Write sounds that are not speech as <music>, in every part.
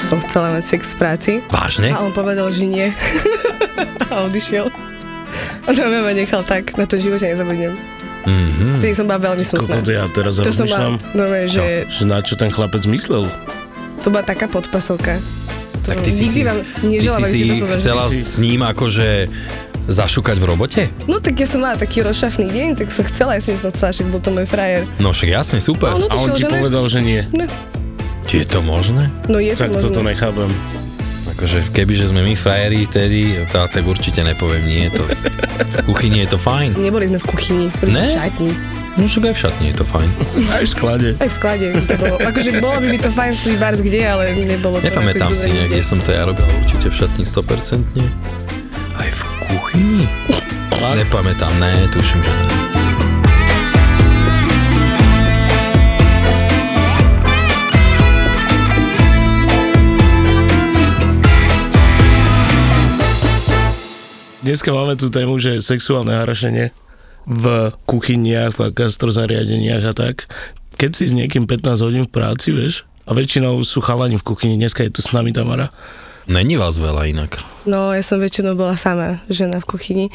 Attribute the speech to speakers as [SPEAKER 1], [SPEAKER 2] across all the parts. [SPEAKER 1] som chcela mať sex v práci.
[SPEAKER 2] Vážne?
[SPEAKER 1] A on povedal, že nie. <laughs> a odišiel. On ma ma nechal tak, na to živote nezabudnem. Mm-hmm.
[SPEAKER 2] Mhm.
[SPEAKER 1] Tedy som bola veľmi smutná.
[SPEAKER 3] Kokot, ja teraz
[SPEAKER 1] to som
[SPEAKER 3] rozmýšľam,
[SPEAKER 1] bola, normálne, že
[SPEAKER 3] že na čo ten chlapec myslel.
[SPEAKER 1] to bola taká podpasovka. To
[SPEAKER 2] Tak ty si
[SPEAKER 1] nikdy
[SPEAKER 2] si,
[SPEAKER 1] vám
[SPEAKER 2] ty
[SPEAKER 1] neželám,
[SPEAKER 2] si,
[SPEAKER 1] aby
[SPEAKER 2] si
[SPEAKER 1] ste toto
[SPEAKER 2] chcela
[SPEAKER 1] zažili.
[SPEAKER 2] s ním akože zašukať v robote?
[SPEAKER 1] No tak ja som mala taký rozšafný deň, tak som chcela, ja som že som chcela, však bol to môj frajer.
[SPEAKER 2] No však jasne, super.
[SPEAKER 1] No, no.
[SPEAKER 3] A
[SPEAKER 1] Tušil,
[SPEAKER 3] on ti
[SPEAKER 1] že ne?
[SPEAKER 3] povedal, že nie.
[SPEAKER 1] No,
[SPEAKER 2] Je to možné?
[SPEAKER 1] no je to
[SPEAKER 3] Tak toto
[SPEAKER 1] možné.
[SPEAKER 3] nechápem.
[SPEAKER 2] Akože kebyže sme my frajeri, tedy, tá teb určite nepoviem nie. To, v kuchyni je to fajn.
[SPEAKER 1] Neboli sme v kuchyni, boli
[SPEAKER 2] Ne?
[SPEAKER 1] v šatni.
[SPEAKER 2] No však aj v šatni je to fajn.
[SPEAKER 1] No
[SPEAKER 3] Aj v sklade.
[SPEAKER 1] Aj v sklade to bolo. Akože bolo by mi to fajn v bars kde, ale nebolo to.
[SPEAKER 2] Nepamätám
[SPEAKER 1] akože
[SPEAKER 2] si
[SPEAKER 1] dobre.
[SPEAKER 2] niekde, som to ja robil určite v šatni 100%. Aj v kuchyni?
[SPEAKER 3] Fakt?
[SPEAKER 2] Nepamätám, ne, tuším, že nie.
[SPEAKER 3] Dneska máme tú tému, že sexuálne harašenie v kuchyniach, v gastrozariadeniach a tak. Keď si s niekým 15 hodín v práci, vieš, a väčšinou sú chalani v kuchyni, dneska je tu s nami Tamara.
[SPEAKER 2] Není vás veľa inak.
[SPEAKER 1] No, ja som väčšinou bola sama žena v kuchyni.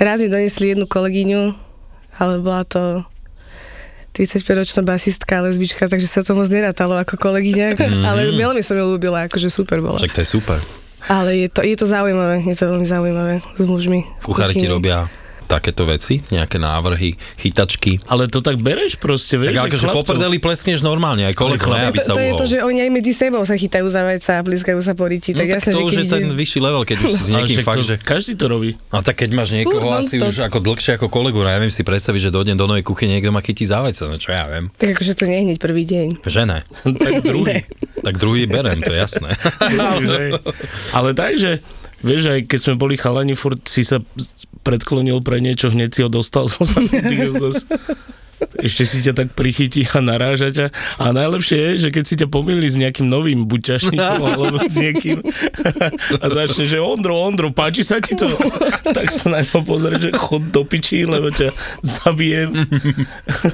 [SPEAKER 1] Raz mi donesli jednu kolegyňu, ale bola to 35-ročná basistka, lesbička, takže sa to moc nerátalo ako kolegyňa,
[SPEAKER 2] Mhm.
[SPEAKER 1] ale veľmi som ju ľúbila, akože super bola.
[SPEAKER 2] Však to je super.
[SPEAKER 1] Ale je to, je to zaujímavé, je to veľmi zaujímavé s mužmi. v
[SPEAKER 2] Kuchári ti
[SPEAKER 1] kuchyni.
[SPEAKER 2] robia takéto veci, nejaké návrhy, chytačky.
[SPEAKER 3] Ale to tak bereš proste, vieš,
[SPEAKER 2] Tak
[SPEAKER 3] že
[SPEAKER 2] akože po
[SPEAKER 3] chlapcov-
[SPEAKER 2] prdeli plesneš normálne, aj koľko ne,
[SPEAKER 3] chlapcov.
[SPEAKER 2] aby
[SPEAKER 1] To,
[SPEAKER 2] sa
[SPEAKER 1] to je to,
[SPEAKER 2] uhol.
[SPEAKER 1] že oni aj medzi sebou sa chytajú za vajca a blízkajú sa po ryti,
[SPEAKER 2] No
[SPEAKER 1] tak
[SPEAKER 2] tak
[SPEAKER 1] jasné,
[SPEAKER 2] to
[SPEAKER 1] že
[SPEAKER 2] už
[SPEAKER 1] keď
[SPEAKER 2] je
[SPEAKER 1] ide...
[SPEAKER 2] ten vyšší level, keď už si <laughs> s
[SPEAKER 3] Ale
[SPEAKER 2] niekým
[SPEAKER 3] však
[SPEAKER 2] fakt,
[SPEAKER 3] to,
[SPEAKER 2] že...
[SPEAKER 3] Každý to robí.
[SPEAKER 2] <laughs> A tak keď máš niekoho
[SPEAKER 1] Furt
[SPEAKER 2] asi
[SPEAKER 1] non-stop.
[SPEAKER 2] už ako dlhšie ako kolegu, no ja neviem si predstaviť, že dojdem do novej kuchyne, niekto ma chytí za vajce, no čo ja viem.
[SPEAKER 1] Tak akože to nie je hneď prvý deň.
[SPEAKER 2] Že ne.
[SPEAKER 3] tak druhý.
[SPEAKER 2] Tak druhý berem, to je
[SPEAKER 1] <laughs>
[SPEAKER 2] jasné.
[SPEAKER 3] Ale, <laughs> ale takže, vieš, aj keď sme boli chalani, furt si sa predklonil pre niečo, hneď si ho dostal <laughs> zo zadu, ty kokos. Ešte si ťa tak prichytí a naráža ťa. A najlepšie je, že keď si ťa pomýli s nejakým novým buťašníkom alebo s niekým <laughs> a začne, že Ondro, Ondro, páči sa ti to? Tak sa na ňo pozrie, že chod do piči, lebo ťa zabijem. <laughs>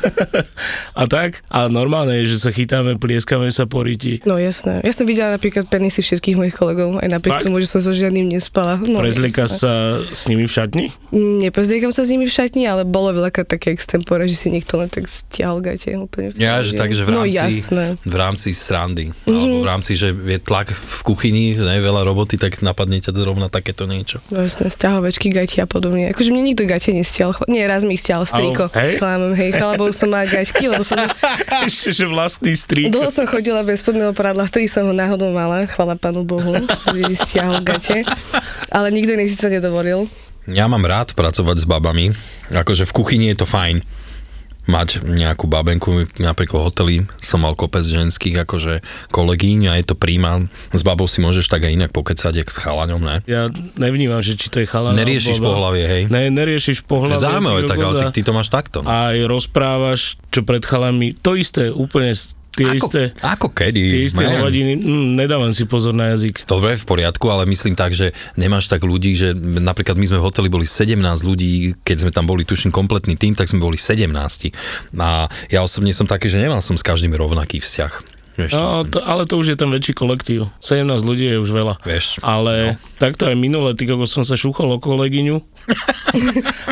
[SPEAKER 3] A tak. A normálne je, že sa chytáme, plieskame sa po ryti.
[SPEAKER 1] No jasné. Ja som videla napríklad penisy všetkých mojich kolegov, aj napriek
[SPEAKER 3] Fakt?
[SPEAKER 1] tomu, že som so žiadnym nespala. No,
[SPEAKER 3] Prezlieka
[SPEAKER 1] jasné.
[SPEAKER 3] sa s nimi v šatni?
[SPEAKER 1] Mm, Neprezliekam sa s nimi v šatni, ale bolo veľakrát také extempore, že si niekto len tak stiahol gate. Úplne v
[SPEAKER 2] Ja,
[SPEAKER 1] pohode.
[SPEAKER 2] že tak, že v
[SPEAKER 1] No
[SPEAKER 2] rámci,
[SPEAKER 1] jasné. Mhm.
[SPEAKER 2] v rámci srandy, alebo v rámci, že je tlak v kuchyni, ne, veľa roboty, tak napadne ťa zrovna takéto niečo.
[SPEAKER 1] No jasné, stiahovečky, gati a podobne. Akože mne nikto gate nestiahol. Chla- Nie, raz mi ich stiahol striko.
[SPEAKER 3] Au, hej?
[SPEAKER 1] Klamem, hej, chalabov som mala gaťky, lebo
[SPEAKER 2] <laughs>
[SPEAKER 1] som...
[SPEAKER 3] Ešte, že vlastný strík.
[SPEAKER 1] Dlho som chodila bez spodného prádla, vtedy som ho náhodou mala, chvala pánu Bohu, že mi stiahol gate. Ale nikto iný si to nedovolil.
[SPEAKER 2] Ja mám rád pracovať s babami, akože v kuchyni je to fajn mať nejakú babenku, napríklad v hoteli som mal kopec ženských akože kolegyň a je to príjma. S babou si môžeš tak aj inak pokecať, jak s chalaňom, ne?
[SPEAKER 3] Ja nevnímam, že či to je chalán.
[SPEAKER 2] Neriešiš
[SPEAKER 3] alebo baba.
[SPEAKER 2] pohlavie, hej?
[SPEAKER 3] Ne, neriešiš
[SPEAKER 2] To
[SPEAKER 3] pohľavie.
[SPEAKER 2] je zaujímavé, tak ale tak ty to máš takto. no.
[SPEAKER 3] Aj rozprávaš, čo pred chalami. To isté, úplne s- tie
[SPEAKER 2] Ako,
[SPEAKER 3] isté.
[SPEAKER 2] ako kedy? No,
[SPEAKER 3] Tie isté
[SPEAKER 2] neviem.
[SPEAKER 3] hladiny. Mm, nedávam si pozor na jazyk.
[SPEAKER 2] Dobre, v poriadku, ale myslím tak, že nemáš tak ľudí, že napríklad my sme v hoteli boli 17 ľudí, keď sme tam boli, tuším, kompletný tým, tak sme boli 17. A ja osobne som taký, že nemal som s každým rovnaký vzťah. Vieš, čo
[SPEAKER 3] No,
[SPEAKER 2] myslím?
[SPEAKER 3] to, ale to už je ten väčší kolektív. 17 ľudí je už veľa.
[SPEAKER 2] Vieš. no.
[SPEAKER 3] Ale takto aj minule, ty kokos, som sa šúchol o kolegyňu.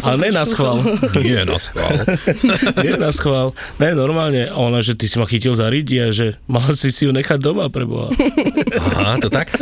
[SPEAKER 3] ale ne na schvál.
[SPEAKER 2] Nie, no, schvál.
[SPEAKER 3] <laughs> Nie na schvál. Ne, normálne. A Ona, že ty si ma chytil za ridi a že mala si si ju nechať doma pre Boha.
[SPEAKER 2] Aha, to tak?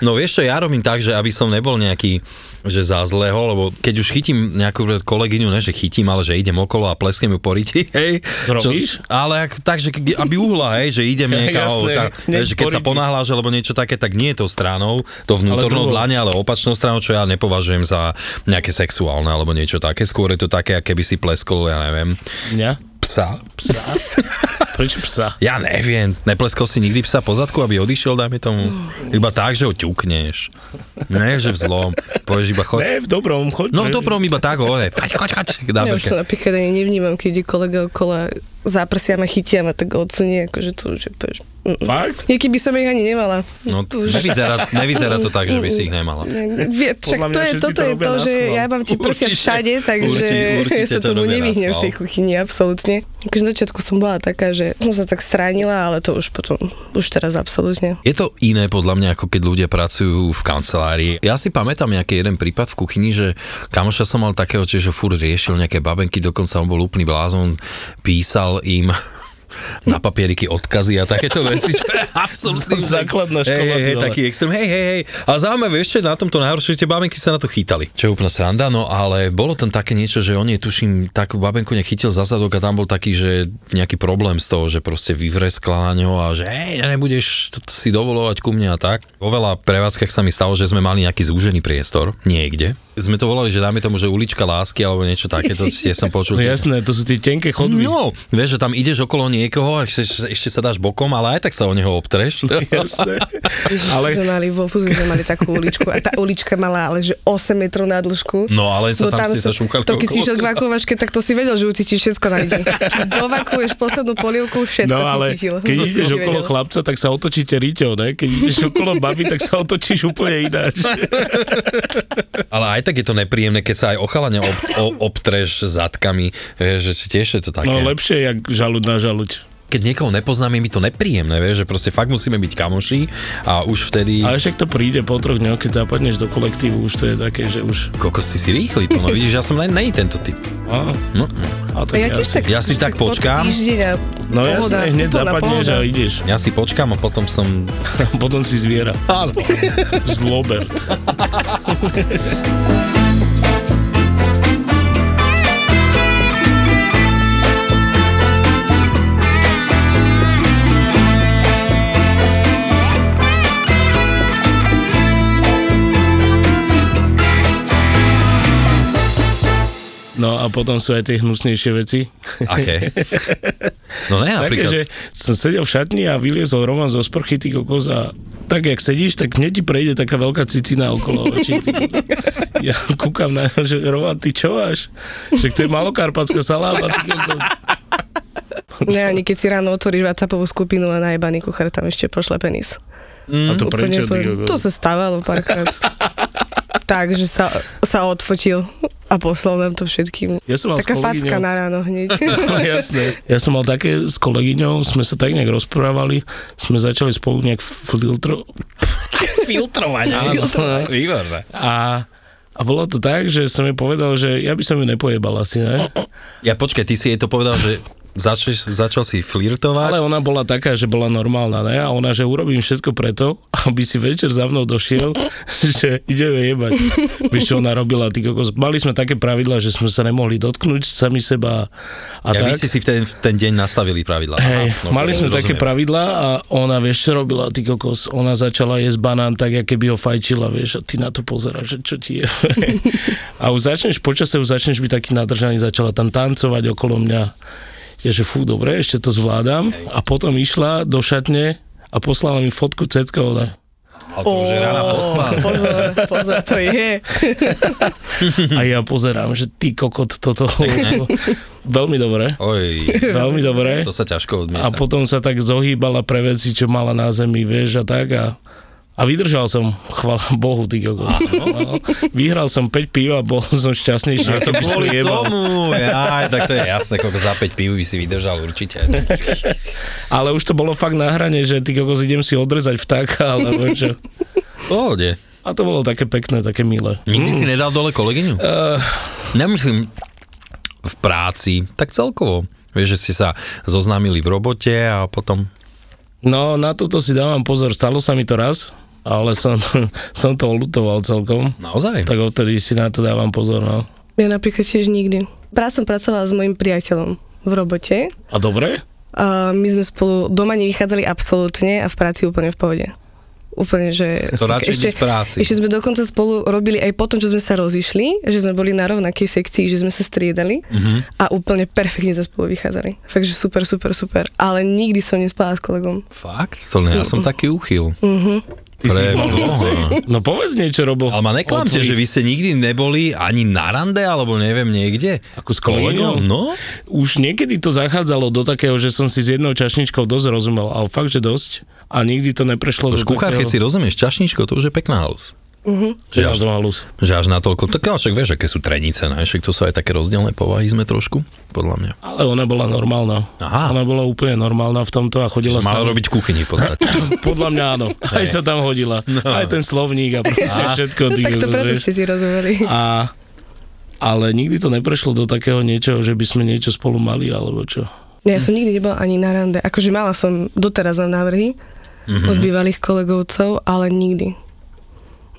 [SPEAKER 2] No vieš čo, ja robím tak, že aby som nebol nejaký, že za zlého, lebo keď už chytím nejakú kolegyňu, ne že chytím, ale že idem okolo a plesknem ju po riti, <laughs> hej.
[SPEAKER 3] Robíš?
[SPEAKER 2] ale ak, takže k- aby uhla, hej, že
[SPEAKER 3] <laughs>
[SPEAKER 2] idem niekam,
[SPEAKER 3] Jasné,
[SPEAKER 2] tá,
[SPEAKER 3] hneď
[SPEAKER 2] vieš, že keď
[SPEAKER 3] po
[SPEAKER 2] sa
[SPEAKER 3] riti.
[SPEAKER 2] ponáhľaš alebo niečo také, tak nie je to stranou, to vnútornou
[SPEAKER 3] druhou.
[SPEAKER 2] dlane, ale opačnou stranou, čo ja nepovažujem za nejaké sexuálne alebo niečo také. Skôr je to také, ako keby si pleskol, ja neviem,
[SPEAKER 3] Mňa?
[SPEAKER 2] psa.
[SPEAKER 3] Psa? Prečo psa?
[SPEAKER 2] Ja neviem, nepleskol si nikdy psa po zadku, aby odišiel, dajme tomu. Iba tak, že ho ťukneš. Ne, že v zlom. Povieš iba choď.
[SPEAKER 3] Ne, v dobrom, choď.
[SPEAKER 2] No v
[SPEAKER 3] preč.
[SPEAKER 2] dobrom iba tak, hore. Choď, choď, choď.
[SPEAKER 1] Ja
[SPEAKER 2] Dáme
[SPEAKER 1] už to
[SPEAKER 2] ke-
[SPEAKER 1] napríklad ani nevnímam, keď ide kolega okolo a zaprsia ma, chytia ma, tak odsunie, akože to už je pež.
[SPEAKER 3] Fakt?
[SPEAKER 1] Nieký by som ich ani nemala.
[SPEAKER 2] No,
[SPEAKER 1] To už-
[SPEAKER 2] nevyzerá, nevyzerá to tak, že by si ich nemala.
[SPEAKER 1] Ne- vie- Však
[SPEAKER 3] Podľa mňa
[SPEAKER 1] to je,
[SPEAKER 3] všetci
[SPEAKER 1] toto
[SPEAKER 3] to
[SPEAKER 1] je
[SPEAKER 3] robia
[SPEAKER 1] to,
[SPEAKER 3] na
[SPEAKER 1] že
[SPEAKER 3] schvál.
[SPEAKER 1] ja mám ti prsia
[SPEAKER 2] Určite,
[SPEAKER 1] všade, takže
[SPEAKER 2] určite,
[SPEAKER 1] <laughs>
[SPEAKER 2] určite
[SPEAKER 1] ja sa
[SPEAKER 2] to
[SPEAKER 1] tomu
[SPEAKER 2] robia na
[SPEAKER 1] nevyhnem z tej
[SPEAKER 2] schvál.
[SPEAKER 1] kuchyni, absolútne. Akože na začiatku som bola taká, že som sa tak stránila, ale to už potom, už teraz absolútne.
[SPEAKER 2] Je to iné podľa mňa, ako keď ľudia pracujú v kancelárii. Ja si pamätám nejaký jeden prípad v kuchyni, že kamoša som mal takého, že fur riešil nejaké babenky, dokonca on bol úplný blázon, písal im <laughs> na papieriky odkazy a takéto veci, čo
[SPEAKER 3] <laughs>
[SPEAKER 2] je absolútny
[SPEAKER 3] Základná škola,
[SPEAKER 2] Hej,
[SPEAKER 3] ty
[SPEAKER 2] hej, hej,
[SPEAKER 3] vole.
[SPEAKER 2] taký extrém. Hej, hej, hej. A zaujímavé, vieš, čo je na tomto najhoršie, že tie babenky sa na to chytali. Čo je úplná sranda, no ale bolo tam také niečo, že on je, tuším, takú babenku nechytil za zadok a tam bol taký, že nejaký problém z toho, že proste vyvreskla na ňo a že hej, nebudeš toto si dovolovať ku mne a tak. Vo veľa prevádzkach sa mi stalo, že sme mali nejaký zúžený priestor niekde. Sme to volali, že dáme tomu, že ulička lásky alebo niečo takéto, <laughs> tiež som počul.
[SPEAKER 3] No jasné, to sú tie tenké chodby.
[SPEAKER 2] No, vieš, že tam ideš okolo niekoho a ešte, ešte sa dáš bokom, ale aj tak sa o neho obtreš. <laughs>
[SPEAKER 3] Jasné.
[SPEAKER 1] Ale...
[SPEAKER 3] Ale
[SPEAKER 1] Sme mali vo Fuzi sme mali takú uličku a tá ulička mala ale že 8 metrov na dĺžku.
[SPEAKER 2] No, ale
[SPEAKER 1] No
[SPEAKER 2] sa tam ste
[SPEAKER 1] sú-
[SPEAKER 2] sa šúchali
[SPEAKER 1] To keď si
[SPEAKER 2] okolo
[SPEAKER 1] išiel k
[SPEAKER 2] seba.
[SPEAKER 1] vakovačke, tak to si vedel, že ucítiš všetko na ide. Dovakuješ poslednú polievku, všetko
[SPEAKER 3] No
[SPEAKER 1] si
[SPEAKER 3] ale
[SPEAKER 1] cítil.
[SPEAKER 3] keď
[SPEAKER 1] To
[SPEAKER 3] ideš
[SPEAKER 1] si
[SPEAKER 3] okolo
[SPEAKER 1] vedel.
[SPEAKER 3] chlapca, tak sa otočíte riťou, ne? Keď ideš okolo baby, tak sa otočíš úplne ináč.
[SPEAKER 2] Ale aj tak je to nepríjemné, keď sa aj o chalane ob, o, obtreš zadkami, vieš, že tiež je to také.
[SPEAKER 3] No lepšie, jak žalúd na žalúď.
[SPEAKER 2] Keď niekoho nepoznáme, mi to nepríjemné, vieš, že proste fakt musíme byť kamoši a už vtedy...
[SPEAKER 3] Ale však to príde po troch dňoch, keď zapadneš do kolektívu, už to je také, že už...
[SPEAKER 2] Kokos, ty si rýchly, to no vidíš, ja som len nej tento typ.
[SPEAKER 3] Á,
[SPEAKER 2] No,
[SPEAKER 1] A
[SPEAKER 3] a tak
[SPEAKER 1] ja tiež tak,
[SPEAKER 2] Ja si tak
[SPEAKER 1] po
[SPEAKER 2] počkám.
[SPEAKER 1] Týždeň a
[SPEAKER 3] No
[SPEAKER 1] pohoda,
[SPEAKER 3] jasné, hneď
[SPEAKER 1] úplná
[SPEAKER 3] zapadneš
[SPEAKER 1] pohoda.
[SPEAKER 3] a ideš.
[SPEAKER 2] ja si počkám a potom som...
[SPEAKER 3] <laughs> Potom si zviera.
[SPEAKER 2] Áno.
[SPEAKER 3] Zlobert. No a potom sú aj tie hnusnejšie veci.
[SPEAKER 2] Aké? No ne,
[SPEAKER 3] Také,
[SPEAKER 2] napríklad.
[SPEAKER 3] že som sedel v šatni a vyliezol Roman zo sprchy, ty kokos a tak, jak sedíš, tak hneď ti prejde taká veľká cicina okolo
[SPEAKER 1] <laughs>
[SPEAKER 3] očí. ty kokos. Ja kúkam na ňa, že Roman, ty čo máš? Že to je malokarpatská saláma. Ty kokos.
[SPEAKER 1] Ne, ani keď si ráno otvoríš WhatsAppovú skupinu a najebaný kuchár tam ešte pošle penis.
[SPEAKER 3] a to prečo? Ty
[SPEAKER 1] poviem.
[SPEAKER 3] kokos?
[SPEAKER 1] Mm, To sa stávalo párkrát. tak, že sa, sa odfotil a poslal nám to všetkým.
[SPEAKER 3] ja som mal
[SPEAKER 1] Taká
[SPEAKER 3] s kolegyňou-
[SPEAKER 1] facka na ráno
[SPEAKER 3] <laughs>
[SPEAKER 1] hneď.
[SPEAKER 3] <laughs> No, jasné. Ja som mal také s kolegyňou, sme sa tak nejak rozprávali, sme začali spolu nejak filtro...
[SPEAKER 2] filtrovať, áno. Výborné.
[SPEAKER 3] A, a bolo to tak, že som jej povedal, že ja by som ju nepojebal asi, ne?
[SPEAKER 2] Ja počkaj, ty si jej to povedal, že začal, začal si flirtovať.
[SPEAKER 3] Ale ona bola taká, že bola normálna, ne? A ona, že urobím všetko preto, aby si večer za mnou došiel, <laughs> že ideme jebať. Vieš, čo ona robila, ty kokos. Mali sme také pravidla, že sme sa nemohli dotknúť sami seba a
[SPEAKER 2] ja, vy
[SPEAKER 3] tak.
[SPEAKER 2] ste si v ten, v ten deň nastavili pravidla.
[SPEAKER 3] Hej,
[SPEAKER 2] Aha,
[SPEAKER 3] mali sme také
[SPEAKER 2] rozumiem.
[SPEAKER 3] pravidlá a ona, vieš, čo robila, ty kokos, ona začala jesť banán tak, aké by ho fajčila, vieš, a ty na to pozeráš, že čo ti
[SPEAKER 2] <laughs>
[SPEAKER 3] je. a už začneš, počase už začneš byť taký nadržaný, začala tam tancovať okolo mňa. Ja, že fú, dobre, ešte to zvládam. A potom išla do šatne a poslala mi fotku ceckou, ne?
[SPEAKER 2] Ale to už je rána
[SPEAKER 3] Oh.
[SPEAKER 2] podpal.
[SPEAKER 1] pozor, pozor, to je.
[SPEAKER 2] Mhm.
[SPEAKER 3] A ja pozerám, že ty kokot toto...
[SPEAKER 2] <laughs>
[SPEAKER 3] veľmi dobre,
[SPEAKER 2] Oj,
[SPEAKER 3] <laughs> veľmi dobre.
[SPEAKER 2] to sa ťažko
[SPEAKER 3] A
[SPEAKER 2] odmieta.
[SPEAKER 3] potom sa tak zohýbala pre veci, čo mala na zemi, vieš, a tak. A, a A vydržal som, chvala Bohu, ty
[SPEAKER 2] <laughs>
[SPEAKER 3] kokos. No. Vyhral som 5 pív a bol som šťastnejší.
[SPEAKER 2] Ja to
[SPEAKER 3] ako by som
[SPEAKER 2] kvôli
[SPEAKER 3] jebal. <laughs>
[SPEAKER 2] tomu, ja, tak to je jasné, koľko za 5 pív by si vydržal určite.
[SPEAKER 3] Ale už to bolo fakt na hrane, že ty kokos idem si odrezať vtáka,
[SPEAKER 2] <laughs>
[SPEAKER 3] alebo čo.
[SPEAKER 2] Pohode.
[SPEAKER 3] A to bolo také pekné, také milé.
[SPEAKER 2] Nikdy
[SPEAKER 3] Mm.
[SPEAKER 2] si nedal dole kolegyňu? Uh...
[SPEAKER 3] Eh.
[SPEAKER 2] Nemyslím v práci, tak celkovo. Vieš, že si sa zoznámili v robote a potom...
[SPEAKER 3] No, na toto si dávam pozor. Stalo sa mi to raz, ale som, <laughs> som to olutoval celkom.
[SPEAKER 2] Naozaj?
[SPEAKER 3] Tak odtedy si na to dávam pozor, no.
[SPEAKER 1] Ja napríklad tiež nikdy. Raz som pracovala s mojim priateľom v robote.
[SPEAKER 3] A dobre?
[SPEAKER 1] A my sme spolu doma nevychádzali absolútne a v práci úplne v pohode. Úplne, že...
[SPEAKER 2] To radšej byť v práci.
[SPEAKER 1] Ešte sme dokonca spolu robili aj potom, čo sme sa rozišli, že sme boli na rovnakej sekcii, že sme sa striedali
[SPEAKER 2] Mhm.
[SPEAKER 1] a úplne perfektne sa spolu vychádzali. Fakt, že super, super, super. Ale nikdy som nespala s kolegom.
[SPEAKER 2] Fakt? To ne, ja som taký uchyl.
[SPEAKER 3] Mm. Ty si
[SPEAKER 2] Pre Boha.
[SPEAKER 3] No povedz niečo, Robo.
[SPEAKER 2] Ale ma neklamte,
[SPEAKER 3] O
[SPEAKER 2] že
[SPEAKER 3] tvojich-
[SPEAKER 2] vy ste nikdy neboli ani na rande, alebo neviem, niekde.
[SPEAKER 3] Ako s kolegyňou?
[SPEAKER 2] No,
[SPEAKER 3] Už niekedy to zachádzalo do takého, že som si s jednou čašničkou dosť rozumel, ale fakt, že dosť. A nikdy to neprešlo
[SPEAKER 2] už kuchár, keď si rozumieš čašničko, to už je pekná halus.
[SPEAKER 3] Že až doma lus.
[SPEAKER 2] Že až natoľko, tak ale však vieš, aké sú trenice, ne? však to sú aj také rozdielne povahy sme trošku, podľa mňa.
[SPEAKER 3] Ale ona bola normálna.
[SPEAKER 2] Aha.
[SPEAKER 3] Ona bola úplne normálna v tomto a chodila
[SPEAKER 2] Že mala
[SPEAKER 3] tam-
[SPEAKER 2] robiť v kuchyni v podstate.
[SPEAKER 3] <laughs> Podľa mňa
[SPEAKER 2] <laughs>
[SPEAKER 3] áno. Aj sa tam hodila.
[SPEAKER 2] No.
[SPEAKER 3] Aj ten slovník a proste všetko. ty
[SPEAKER 1] <laughs> Tak to
[SPEAKER 3] kokos,
[SPEAKER 1] preto
[SPEAKER 3] vieš.
[SPEAKER 1] ste si rozumeli.
[SPEAKER 3] A, ale nikdy to neprešlo do takého niečoho, že by sme niečo spolu mali, alebo čo.
[SPEAKER 1] Ja som nikdy nebola ani na rande. Akože mala som doteraz na návrhy
[SPEAKER 2] Mhm.
[SPEAKER 1] mm-hmm. od bývalých kolegovcov, ale nikdy.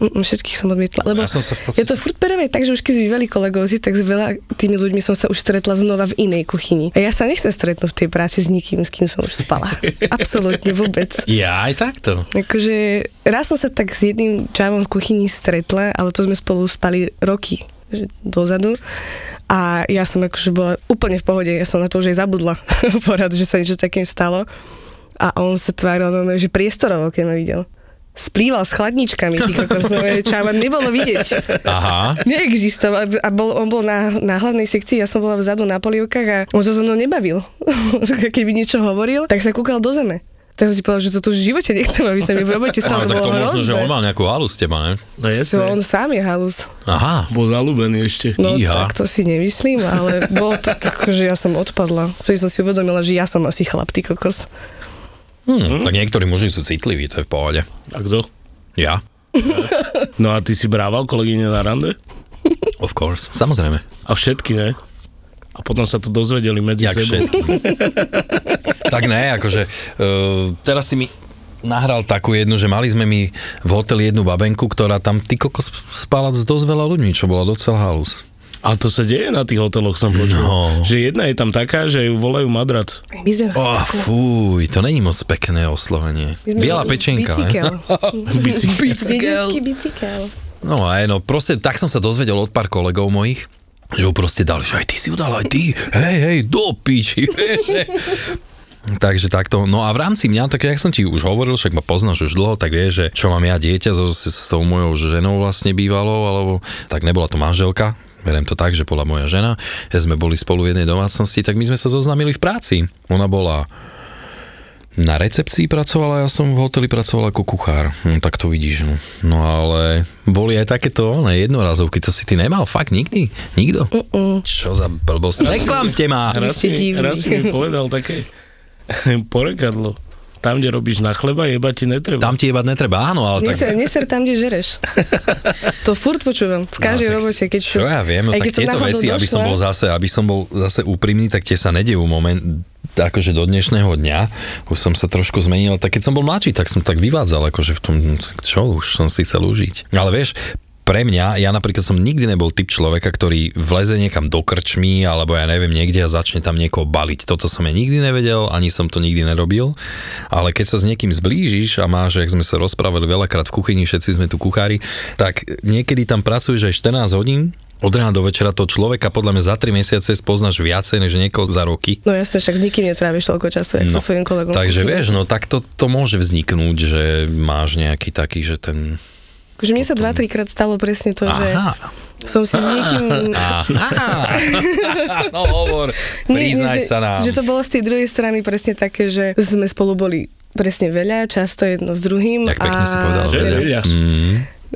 [SPEAKER 1] Mm, mm, Všetkých som odmietla. <laughs> Lebo
[SPEAKER 2] Ja som sa v
[SPEAKER 1] je
[SPEAKER 2] podstate...
[SPEAKER 1] to furt prvé, takže už keď sme bývali kolegovci, tak s veľa tými ľuďmi som sa už stretla znova v inej kuchyni. A ja sa nechcem stretnúť v tej práci s nikým, s kým som už spala. Absolútne vôbec.
[SPEAKER 2] Ja aj takto.
[SPEAKER 1] Akože raz som sa tak s jedným čávom v kuchyni stretla, ale to sme spolu spali roky že dozadu a ja som akože bola úplne v pohode, ja som na to už aj zabudla <laughs> porad, že sa niečo také stalo a on sa tváril normálne, že priestorovo, keď ma videl. Splýval s chladničkami, ty kokos, no, normálne čáva nebolo vidieť.
[SPEAKER 2] Aha.
[SPEAKER 1] Neexistoval a bol, on bol na, na hlavnej sekcii, ja som bola vzadu na polievkach a on sa so mnou nebavil. <laughs> Keby niečo hovoril, tak sa kúkal do zeme. Tak som si povedal, že toto už v živote nechcem, aby sa mi v robote
[SPEAKER 2] No,
[SPEAKER 1] stalo, to
[SPEAKER 2] tak
[SPEAKER 1] bolo
[SPEAKER 2] to možno, že on
[SPEAKER 1] hrozné.
[SPEAKER 2] mal nejakú halu z teba, ne?
[SPEAKER 3] No
[SPEAKER 1] So, on sám je halus.
[SPEAKER 2] Aha.
[SPEAKER 3] Bol zalúbený ešte.
[SPEAKER 1] No
[SPEAKER 2] Iha.
[SPEAKER 1] tak to si nemyslím, ale bolo to tak, že ja som odpadla. Vtedy som si uvedomila, že ja som asi chlap, ty kokos.
[SPEAKER 2] Hm, tak niektorí muži sú citliví, to je v pohode.
[SPEAKER 3] A kto?
[SPEAKER 2] Ja?
[SPEAKER 3] No a ty si brával kolegyne na rande?
[SPEAKER 2] Of course. Samozrejme.
[SPEAKER 3] A všetky, ne? A potom sa to dozvedeli medzi
[SPEAKER 2] Jak
[SPEAKER 3] sebou.
[SPEAKER 2] <laughs> všetky. tak ne, akože uh, teraz si mi nahral takú jednu, že mali sme mi v hoteli jednu babenku, ktorá tam ty kokos spala s dosť veľa ľuďmi, čo bola docela halus.
[SPEAKER 3] A to sa deje na tých hoteloch, som počul.
[SPEAKER 2] No.
[SPEAKER 3] Že jedna je tam taká, že ju volajú madrac.
[SPEAKER 1] Aj My sme mali
[SPEAKER 2] Oh,
[SPEAKER 1] takú-
[SPEAKER 2] fúj, to není moc pekné oslovenie.
[SPEAKER 1] my sme
[SPEAKER 2] Biela
[SPEAKER 1] mali
[SPEAKER 2] pečenka,
[SPEAKER 1] Bicykel.
[SPEAKER 2] <laughs> ne?
[SPEAKER 1] Dedinský bicykel.
[SPEAKER 2] No aj no, proste tak som sa dozvedel od pár kolegov mojich, že ho proste dali, že aj ty si ju dal, aj ty, hej, hej, do piči, <laughs> vieš, že- Takže takto, no a v rámci mňa, tak jak som ti už hovoril, však ma poznáš už dlho, tak vieš, že čo mám ja dieťa so, s, s tou mojou ženou vlastne bývalou, alebo tak nebola to manželka, beriem to tak, že bola moja žena, že sme boli spolu v jednej domácnosti, tak my sme sa zoznámili v práci. Ona bola na recepcii pracovala, ja som v hoteli pracoval ako kuchár. No, tak to vidíš. No, no ale boli aj takéto ne, jednorazovky, to si ty nemal fakt nikdy? Nikto? Mm-mm. Čo za blbosť? Neklamte ma!
[SPEAKER 3] Raz,
[SPEAKER 1] ste
[SPEAKER 3] mi,
[SPEAKER 1] divní.
[SPEAKER 3] raz si mi povedal také <laughs> porekadlo. Tam, kde robíš na chleba, jeba ti netreba.
[SPEAKER 2] Tam ti jebať netreba, áno, ale
[SPEAKER 1] Neser,
[SPEAKER 2] tak...
[SPEAKER 1] neser tam, kde žereš.
[SPEAKER 2] <laughs>
[SPEAKER 1] To furt počúvam, v každej
[SPEAKER 2] No, tak
[SPEAKER 1] robote. Keď
[SPEAKER 2] čo
[SPEAKER 1] som-
[SPEAKER 2] ja viem, no,
[SPEAKER 1] aj
[SPEAKER 2] tak
[SPEAKER 1] keď som
[SPEAKER 2] tieto
[SPEAKER 1] náhodou
[SPEAKER 2] veci, aby som,
[SPEAKER 1] došla-
[SPEAKER 2] bol zase, aby som bol zase úprimný, tak tie sa nedejú moment, akože do dnešného dňa, už som sa trošku zmenil, tak keď som bol mladší, tak som tak vyvádzal, akože v tom, čo už som si chcel užiť. Ale vieš, pre mňa, ja napríklad som nikdy nebol typ človeka, ktorý vleze niekam do krčmy, alebo ja neviem, niekde a začne tam niekoho baliť. Toto som ja nikdy nevedel, ani som to nikdy nerobil, ale keď sa s niekým zblížiš a máš, jak sme sa rozprávali veľakrát v kuchyni, všetci sme tu kuchári, tak niekedy tam pracuješ aj 14 hodín, od rána do večera toho človeka podľa mňa za 3 mesiace spoznáš viacej než niekoho za roky.
[SPEAKER 1] No jasne, však s nikým netráviš toľko času, jak so svojím kolegom.
[SPEAKER 2] No, Takže vieš, no tak to, to môže vzniknúť, že máš nejaký taký, že ten...
[SPEAKER 1] Akože mne sa dva, trikrát stalo presne to, že
[SPEAKER 2] Aha,
[SPEAKER 1] som si s
[SPEAKER 2] <laughs>
[SPEAKER 1] niekým...
[SPEAKER 2] aha, no hovor,
[SPEAKER 1] <laughs> Nie, nie, že,
[SPEAKER 2] priznaj sa nám.
[SPEAKER 1] Že to bolo z tej druhej strany presne také, že sme spolu boli presne veľa, často jedno s druhým.
[SPEAKER 2] Jak
[SPEAKER 1] a
[SPEAKER 2] pekne
[SPEAKER 1] teda
[SPEAKER 2] si povedala,
[SPEAKER 3] Že
[SPEAKER 2] veľa.
[SPEAKER 3] veľa.
[SPEAKER 1] <laughs>
[SPEAKER 2] Mm.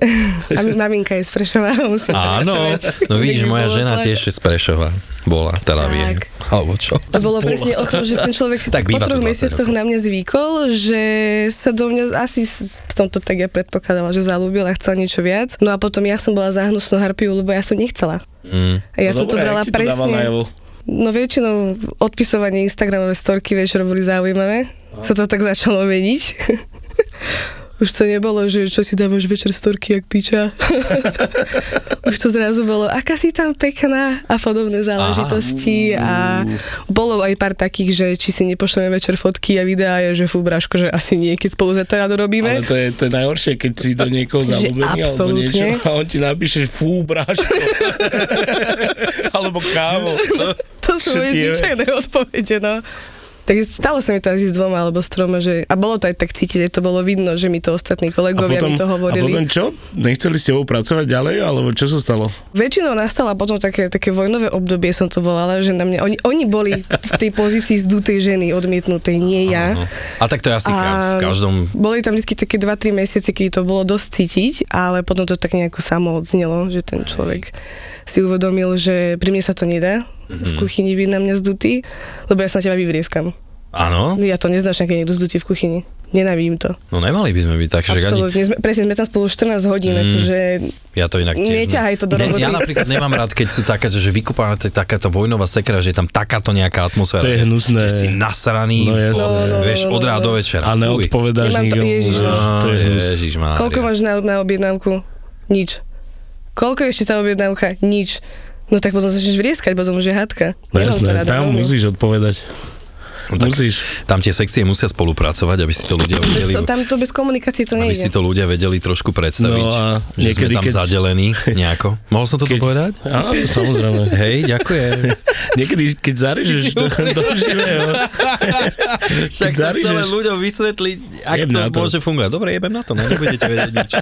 [SPEAKER 1] A mi- maminka je z Prešova, <laughs> musím
[SPEAKER 2] Áno, no vidíš, moja žena tiež je z Prešova bola, teda vie.
[SPEAKER 1] Tak.
[SPEAKER 2] Alebo čo?
[SPEAKER 1] To bolo presne o tom, že ten človek
[SPEAKER 3] <laughs>
[SPEAKER 1] si tak
[SPEAKER 2] Tak
[SPEAKER 1] po
[SPEAKER 2] býva to
[SPEAKER 1] troch
[SPEAKER 2] 20
[SPEAKER 1] mesiacoch
[SPEAKER 2] rokov.
[SPEAKER 1] na mňa zvykol, že sa do mňa asi s- v tomto tak ja predpokladala, že zalúbil a chcel niečo viac. No a potom ja som bola záhnusnou harpiu, lebo ja som nechcela.
[SPEAKER 2] Mm.
[SPEAKER 1] A ja
[SPEAKER 3] No
[SPEAKER 1] som to
[SPEAKER 3] dobré, jak
[SPEAKER 1] brala
[SPEAKER 3] ti to dával
[SPEAKER 1] presne.
[SPEAKER 3] najavo?
[SPEAKER 1] No väčšinou odpisovanie Instagramové storky, vieš, robili zaujímavé. Sa to tak začalo meniť. <laughs> Už to nebolo, že čo si dávaš večer storky, jak piča. <laughs> Už to zrazu bolo, aká si tam pekná a podobné záležitosti. A bolo aj pár takých, že či si nepošleme večer fotky a videá, je, že fú, Braško, že asi nie, keď spolu zaterá
[SPEAKER 3] Ale
[SPEAKER 1] robíme.
[SPEAKER 3] to je, to je najhoršie, keď si do niekoho
[SPEAKER 1] Že
[SPEAKER 3] zalúbený alebo
[SPEAKER 1] absolútne.
[SPEAKER 3] niečo a on ti napíše, že fú,
[SPEAKER 2] <laughs>
[SPEAKER 3] bráško. alebo kávo.
[SPEAKER 1] To sú
[SPEAKER 3] Čo
[SPEAKER 1] moje
[SPEAKER 3] ti je?
[SPEAKER 1] zvyčajné odpovede, no. Takže stalo sa mi to asi s dvoma alebo s troma, že, a bolo to aj tak cítiť, aj to bolo vidno, že mi to ostatní kolegovia mi to
[SPEAKER 3] a
[SPEAKER 1] hovorili.
[SPEAKER 3] potom čo? Nechceli s tebou pracovať ďalej, alebo čo sa stalo?
[SPEAKER 1] Väčšinou nastala potom také, také vojnové obdobie, som to volala, že na mňa, oni, oni boli v tej pozícii zdutej ženy, odmietnutej, nie ja.
[SPEAKER 2] No. A tak to je asi
[SPEAKER 1] A-
[SPEAKER 2] ka- v každom...
[SPEAKER 1] Boli tam vždy také 2-3 mesiace, kedy to bolo dosť cítiť, ale potom to tak nejako samo odznelo, že ten človek si uvedomil, že pri mne sa to nedá, v
[SPEAKER 3] Mhm.
[SPEAKER 1] kuchyni byť na mňa zdutý, lebo ja sa na teba vyvrieskam.
[SPEAKER 2] Áno,
[SPEAKER 1] Ja to neznášam, keď je niekto zdutý v kuchyni. Nenávidím to.
[SPEAKER 2] no nemali by sme byť tak, že ani...
[SPEAKER 1] Absolútne. Sme, presne, sme tam spolu 14 hodín,
[SPEAKER 2] Mm.
[SPEAKER 1] mm. akože
[SPEAKER 2] Ja to inak tiež... ne-
[SPEAKER 1] Neťahaj to do
[SPEAKER 2] Ne,
[SPEAKER 1] roboty.
[SPEAKER 2] ja napríklad nemám rád, keď sú také, že vykúpaná to je takáto vojnová sekra, že je tam takáto nejaká atmosféra.
[SPEAKER 3] To je hnusné.
[SPEAKER 2] Že si nasraný,
[SPEAKER 3] No jasné.
[SPEAKER 2] po-
[SPEAKER 1] No, no, no,
[SPEAKER 2] vieš,
[SPEAKER 1] no,
[SPEAKER 2] od
[SPEAKER 1] no,
[SPEAKER 2] rána
[SPEAKER 1] no.
[SPEAKER 2] do večera.
[SPEAKER 3] A
[SPEAKER 2] Fuj.
[SPEAKER 3] neodpovedáš
[SPEAKER 1] Nemám to-
[SPEAKER 3] nikomu.
[SPEAKER 1] Ježiš,
[SPEAKER 3] No,
[SPEAKER 1] no.
[SPEAKER 3] to je hnus.
[SPEAKER 2] Ježišmária.
[SPEAKER 1] koľko máš na, na objednávku? Nič. Koľko je ešte tá objednávka? Nič. No tak potom začneš vrieskať, potom už je hádka. Nemám
[SPEAKER 3] No
[SPEAKER 1] teda
[SPEAKER 3] jasné,
[SPEAKER 1] to rada,
[SPEAKER 3] tam
[SPEAKER 1] veľmi.
[SPEAKER 3] musíš odpovedať.
[SPEAKER 2] No tak
[SPEAKER 3] musíš.
[SPEAKER 2] Tam tie sekcie musia spolupracovať, aby si to ľudia
[SPEAKER 1] Bez
[SPEAKER 2] vedeli,
[SPEAKER 1] to, tam to bez komunikácie to
[SPEAKER 2] aby si
[SPEAKER 1] nejde.
[SPEAKER 2] to ľudia vedeli trošku predstaviť,
[SPEAKER 3] No a
[SPEAKER 2] že
[SPEAKER 3] niekedy,
[SPEAKER 2] sme tam
[SPEAKER 3] keď-
[SPEAKER 2] zadelení nejako. Mohol som to tu
[SPEAKER 3] Keď-
[SPEAKER 2] povedať?
[SPEAKER 3] Áno, samozrejme.
[SPEAKER 2] Hej, ďakujem.
[SPEAKER 3] Niekedy, keď zarežeš
[SPEAKER 1] <laughs>
[SPEAKER 3] do, do živého,
[SPEAKER 2] Však
[SPEAKER 3] <laughs> Keď zarížeš-
[SPEAKER 2] ľuďom vysvetliť,
[SPEAKER 3] Jeb na to.
[SPEAKER 2] fungovať. Dobre, jebem na to, no nebudete vedieť nič.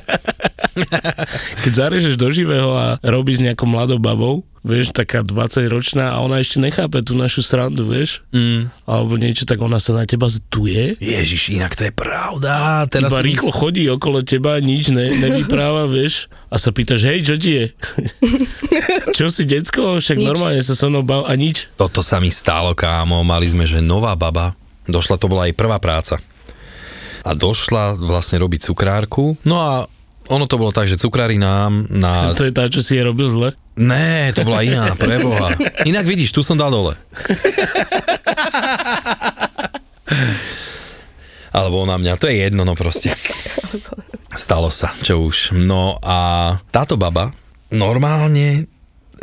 [SPEAKER 3] keď zarežeš do živého a robíš s nejakou mladou babou, vieš, taká 20-ročná a ona ešte nechápe tú našu srandu, vieš,
[SPEAKER 2] Mm.
[SPEAKER 3] alebo niečo, tak ona sa na teba zduje.
[SPEAKER 2] Ježiš, inak to je pravda. Teraz
[SPEAKER 3] iba
[SPEAKER 2] som-
[SPEAKER 3] rýchlo chodí okolo teba, nič ne, nevypráva, <laughs> vieš, a sa pýtaš, hej, čo ti je? <laughs> čo si, decko? Však
[SPEAKER 1] Nič.
[SPEAKER 3] normálne sa so mnou bav a nič.
[SPEAKER 2] Toto sa mi stálo, kámo. Mali sme, že nová baba. Došla, to bola jej prvá práca. A došla vlastne robiť cukrárku. No a ono to bolo tak, že cukrári nám na
[SPEAKER 3] <laughs> To je tá, čo si je robil zle.
[SPEAKER 2] Ne, to bola iná, preboha. Inak vidíš, tu som dal
[SPEAKER 3] <laughs>
[SPEAKER 2] dole. Alebo na mňa, to je jedno, no proste. Stalo sa, čo už. No a táto baba normálne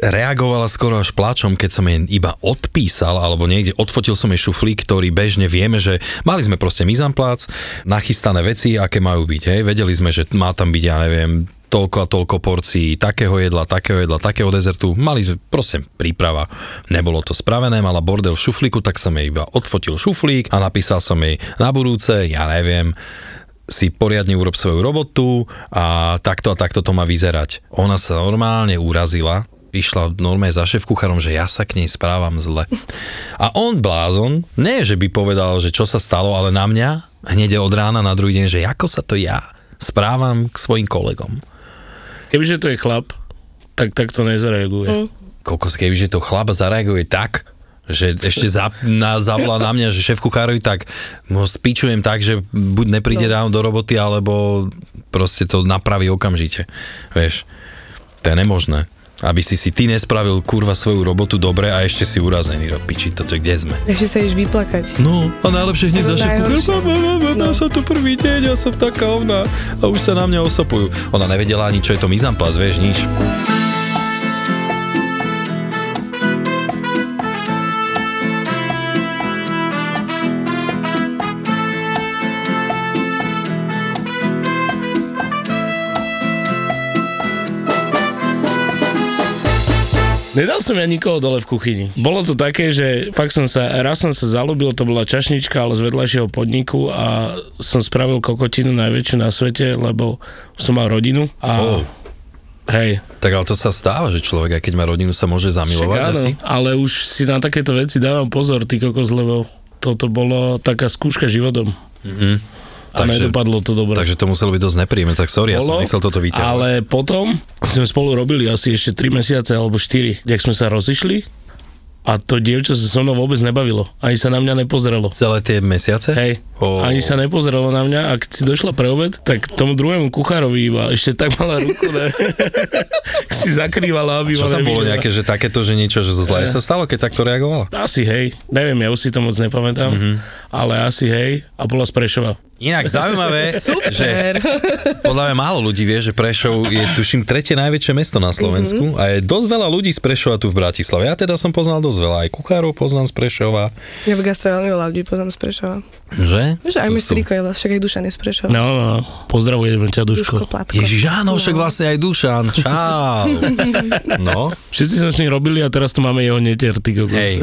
[SPEAKER 2] reagovala skoro až plačom, keď som jej iba odpísal, alebo niekde odfotil som jej šuflík, ktorý bežne vieme, že mali sme proste mizamplác, nachystané veci, aké majú byť, hej. Vedeli sme, že má tam byť, ja neviem, toľko a toľko porcií takého jedla, takého jedla, takého dezertu. Mali sme proste príprava. Nebolo to spravené, mala bordel v šuflíku, tak som jej iba odfotil šuflík a napísal som jej na budúce, ja neviem, si poriadne urob svoju robotu a takto a takto to má vyzerať. Ona sa normálne urazila, išla normálne za šéf kucharom, že ja sa k nej správam zle. A on blázon, nie že by povedal, že čo sa stalo, ale na mňa hneď od rána na druhý deň, že ako sa to ja správam k svojim kolegom.
[SPEAKER 3] Kebyže to je chlap, tak tak to nezareaguje. Mm.
[SPEAKER 2] Kokos, kebyže to chlap zareaguje tak, že ešte za, na, zavolá na mňa, že šéf kuchárovi, tak ho spíčujem tak, že buď nepríde no. ráno do roboty, alebo proste to napraví okamžite. Vieš, to je nemožné. Aby si si ty nespravil kurva svoju robotu dobre a ešte si urazený do piči, toto kde sme?
[SPEAKER 1] Ešte sa ideš vyplakať.
[SPEAKER 2] No, a najlepšie hneď
[SPEAKER 1] To
[SPEAKER 2] za
[SPEAKER 1] je
[SPEAKER 2] šéfku.
[SPEAKER 1] najhoršie.
[SPEAKER 2] No.
[SPEAKER 1] No.
[SPEAKER 2] sa tu prvý deň, ja som taká ovna. A už sa na mňa osapujú. Ona nevedela ani, čo je to mizamplas, vieš, nič.
[SPEAKER 3] Nedal som ja nikoho dole v kuchyni. Bolo to také, že fakt som sa, raz som sa zalúbil, to bola čašnička, ale z vedľajšieho podniku a som spravil kokotinu najväčšiu na svete, lebo som mal rodinu
[SPEAKER 2] Oh.
[SPEAKER 3] a hej,
[SPEAKER 2] Tak ale to sa stáva, že človek, aj keď má rodinu, sa môže
[SPEAKER 3] však
[SPEAKER 2] zamilovať
[SPEAKER 3] áno,
[SPEAKER 2] asi.
[SPEAKER 3] ale už si na takéto veci dávam pozor, ty kokos, lebo toto bolo taká skúška životom. A
[SPEAKER 2] Mhm. Takže-
[SPEAKER 3] nedopadlo to dobre.
[SPEAKER 2] Takže to muselo byť dosť nepríjemné, tak sorry, ja som
[SPEAKER 3] Bolo,
[SPEAKER 2] nechcel toto vyťahovať. Ale...
[SPEAKER 3] Ale potom sme spolu robili asi ešte 3 mesiace alebo 4, jak sme sa rozišli a to dievča sa so mnou vôbec nebavilo. Ani sa na mňa nepozrelo.
[SPEAKER 2] Celé tie mesiace?
[SPEAKER 3] Hej,
[SPEAKER 2] O.
[SPEAKER 3] oh. ani sa nepozrelo na mňa a keď si došla pre obed, tak tomu druhému kuchárovi iba ešte tak mala ruku, ne? <laughs> si zakrývala, aby
[SPEAKER 2] Čo
[SPEAKER 3] ma
[SPEAKER 2] tam bolo
[SPEAKER 3] nevidela.
[SPEAKER 2] nejaké, že takéto, že niečo, že zlé sa stalo, keď takto reagovala?
[SPEAKER 3] Asi hej, neviem, ja už si to moc nepamätám, mm-hmm. ale asi hej a bola z Prešova.
[SPEAKER 2] Inak
[SPEAKER 3] <laughs>
[SPEAKER 2] zaujímavé, že
[SPEAKER 1] Super.
[SPEAKER 2] podľa mňa málo ľudí vie, že Prešov je tuším tretie najväčšie mesto na Slovensku a je dosť veľa ľudí z Prešova tu v Bratislave. Ja teda som poznal dosť veľa, aj kuchárov poznám z Prešova.
[SPEAKER 1] Ja v gastre veľmi veľa ľudí poznám z Prešova.
[SPEAKER 2] Že?
[SPEAKER 1] Vieš, aj
[SPEAKER 2] Tu
[SPEAKER 1] môj
[SPEAKER 2] sú.
[SPEAKER 1] striko je vlastne, však aj Dušan je z Prešova.
[SPEAKER 3] No, no, no. pozdravujeme ťa,
[SPEAKER 1] Duško
[SPEAKER 3] Duško.
[SPEAKER 1] Platko.
[SPEAKER 2] Ježiš, áno, však vlastne aj Dušan, čau. No,
[SPEAKER 3] Všetci sme s ním robili a teraz tu máme jeho netier, ty kokos.
[SPEAKER 2] hej,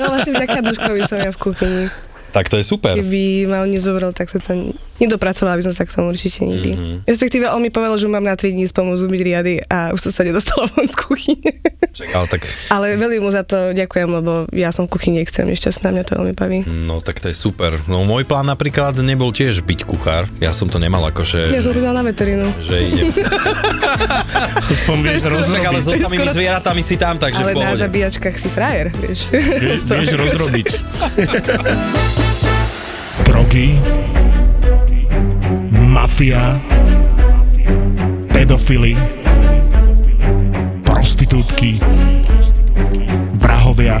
[SPEAKER 1] No vlastne vďaka Duškovi som ja v kuchyni.
[SPEAKER 2] tak to je super.
[SPEAKER 1] Keby ma on nezobral, tak sa tam nedopracovala by som sa k tomu určite nikdy. Mm-hmm. Respektíve on mi povedal, že mám na 3 dní spomôcť umyť riady a už som sa nedostala von z kuchyne. <laughs>
[SPEAKER 2] Ale tak,
[SPEAKER 1] Ale veľmi mu za to ďakujem, lebo ja som v kuchyni extrémne šťastná, mňa to veľmi baví.
[SPEAKER 2] no tak to je super. No môj plán napríklad nebol tiež byť kuchár. Ja som to nemal akože...
[SPEAKER 1] Ja som chodila na veterínu.
[SPEAKER 2] že
[SPEAKER 1] <laughs>
[SPEAKER 2] idem.
[SPEAKER 3] Aspoň vieš
[SPEAKER 2] Však ale
[SPEAKER 3] rozrobiť.
[SPEAKER 2] so
[SPEAKER 1] To je
[SPEAKER 2] samými
[SPEAKER 1] skoro-
[SPEAKER 2] zvieratami si tam, takže v
[SPEAKER 1] Ale na
[SPEAKER 2] pohode.
[SPEAKER 1] zabíjačkách si frajer, vieš. <laughs>
[SPEAKER 3] Vieš,
[SPEAKER 1] To
[SPEAKER 3] vieš
[SPEAKER 1] akože-
[SPEAKER 3] rozrobiť.
[SPEAKER 4] drogy, mafia, pedofily, prostitútky, vrahovia.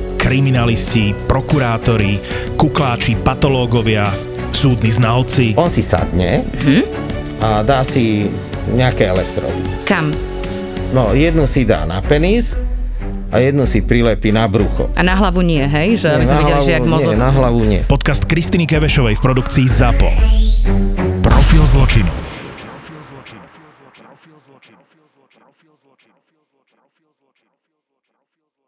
[SPEAKER 4] kriminalisti, prokurátori, kukláči, patológovia, súdni znalci.
[SPEAKER 5] On si sadne
[SPEAKER 6] Hm?
[SPEAKER 5] a dá si nejaké elektrody.
[SPEAKER 6] Kam?
[SPEAKER 5] No, jednu si dá na penis a jednu si prilepí na brucho.
[SPEAKER 6] A na hlavu nie, hej? Že aby sme
[SPEAKER 5] na
[SPEAKER 6] videli, že
[SPEAKER 5] hlavu
[SPEAKER 6] jak mozog.
[SPEAKER 5] Nie, na hlavu nie.
[SPEAKER 4] Podcast Kristiny Kevešovej v produkcii ZAPO. Profil zločinu.